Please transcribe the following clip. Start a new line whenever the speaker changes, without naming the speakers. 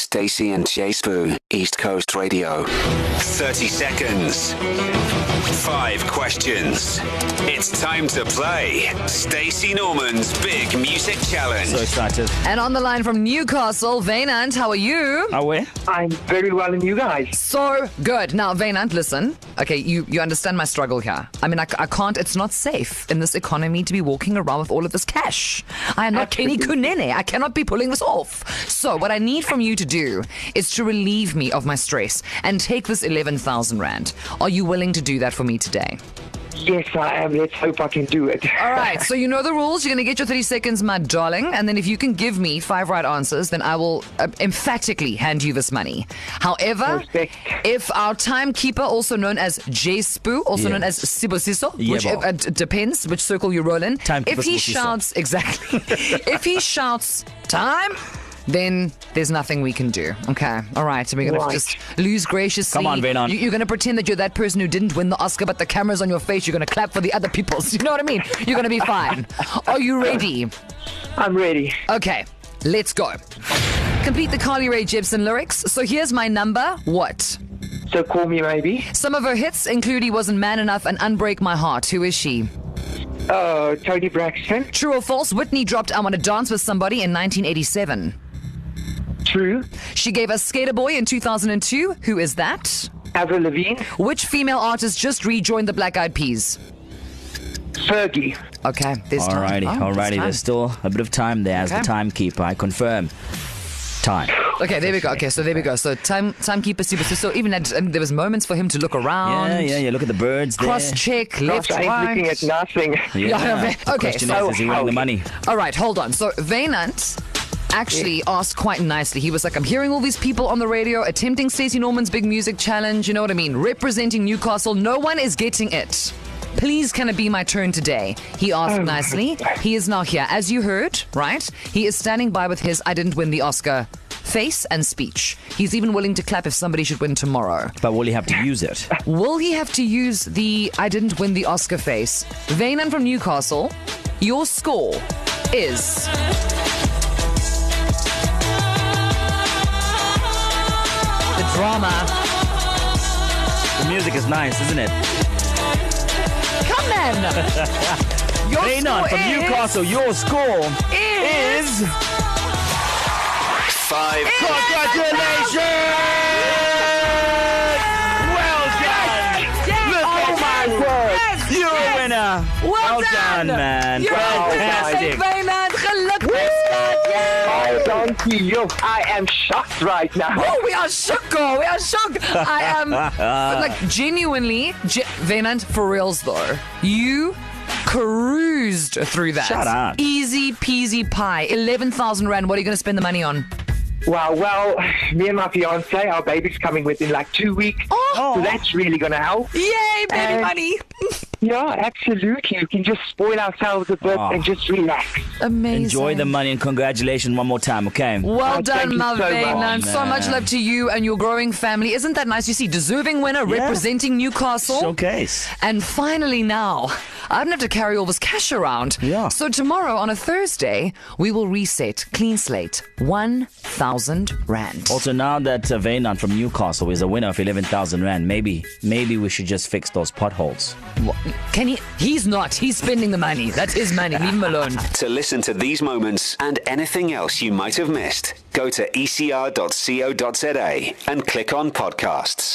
Stacy and Jay Spoo, East Coast Radio. 30 seconds. Five questions. It's time to play Stacy Norman's Big Music Challenge.
So excited.
And on the line from Newcastle, Vainant, how are you?
Are we?
I'm very well, and you guys?
So good. Now, Vainant, listen. Okay, you, you understand my struggle here. I mean, I, c- I can't, it's not safe in this economy to be walking around with all of this cash. I am not Kenny Kunene. I cannot be pulling this off. So, what I need from you to do is to relieve me of my stress and take this 11,000 Rand. Are you willing to do that for me today?
Yes, I am. Let's hope I can do it.
All right, so you know the rules. You're going to get your 30 seconds, my darling. And then if you can give me five right answers, then I will uh, emphatically hand you this money. However,
Perfect.
if our timekeeper, also known as J Spoo, also known as Sibosiso,
Yeah,
which
well.
uh, d- depends which circle you roll in,
Timekeeper
if he
Sibusiso.
shouts, exactly, if he shouts time, then there's nothing we can do. Okay, all right, so we're going
Right.
to just lose graciously.
Come on, Venon.
You- you're going to pretend that you're that person who didn't win the Oscar, but the camera's on your face. You're going to clap for the other people's. You know what I mean? You're going to be fine. Are you ready?
I'm ready.
Okay, let's go. Complete the Carly Rae Jepsen lyrics. So here's my number. What?
So call me maybe.
Some of her hits include "He Wasn't Man Enough" and "Unbreak My Heart." Who is she?
Uh, Tony Braxton.
True or false? Whitney dropped "I Want to Dance with Somebody" in 1987.
True.
She gave us "Skater Boy" in 2002. Who is that?
Avril Lavigne.
Which female artist just rejoined the Black Eyed Peas?
Fergie.
Okay, there's
Alrighty,
time. Oh,
alrighty. There's
there's time.
still a bit of time there as the
Okay.
timekeeper. I confirm. Time.
Okay, there we go. Okay, so there we go. So time timekeeper super. So, so even at, um, there was moments for him to look around,
Yeah, yeah, yeah. Look at the birds there.
cross check, left,
Gosh, I ain't looking at
right.
nothing.
Yeah,
Yeah.
okay.
The
Okay,
question
so
is, is he winning the
how-
money?
All right, hold on. So Vainant actually asked quite nicely. He was like, "I'm hearing all these people on the radio attempting Stacey Norman's big music challenge. You know what I mean? Representing Newcastle. No one is getting it." Please, can it be my turn today? He asked nicely. He is now here. As you heard, right? He is standing by with his I didn't win the Oscar face and speech. He's even willing to clap if somebody should win tomorrow.
But will he have to use it?
Will he have to use the I didn't win the Oscar face? Vainan from Newcastle, your score is. The drama.
The music is nice, isn't it?
Come then! Your
Vainon
score
from
is-
Newcastle, your score
is.
is.
Five.
Congratulations! Well done! Look
Oh
at
my
you.
word!
You're a winner!
Well,
done, man!
You're
Fantastic!
fantastic, Vainan. Geluk, my stud. Yay!
I don't see you. I am shocked right now.
Oh, we are shook, girl. We are shook. I am like genuinely, ge- Venant, for reals though. You cruised through that.
Shut up.
Easy peasy pie. Eleven thousand rand. What are you going to spend the money on?
Wow, well, me and my fiance, our baby's coming within like two weeks.
Oh.
So that's really going to help.
Yay, baby
Uh,
money.
Yeah, absolutely. We can just spoil ourselves a bit
Ah.
Oh.
and just relax.
Amazing.
Enjoy the money and congratulations one more time, okay?
Well
Oh, thank
done,
you
my
so much.
Venant.
Oh,
So much
man.
love to you and your growing family. Isn't that nice? You see, deserving winner
Yeah.
representing Newcastle.
Showcase.
And finally, now, I don't have to carry all this cash around.
Yeah.
So, tomorrow on a Thursday, we will reset, clean slate, 1,000 Rand.
Also, now that uh, Vainon from Newcastle is a winner of 11,000 Rand, maybe maybe we should just fix those potholes.
What- Can he? He's not. He's spending the money. That's his money. Leave him alone.
To listen to these moments and anything else you E might have missed, go to ecr.co.za and click on podcasts.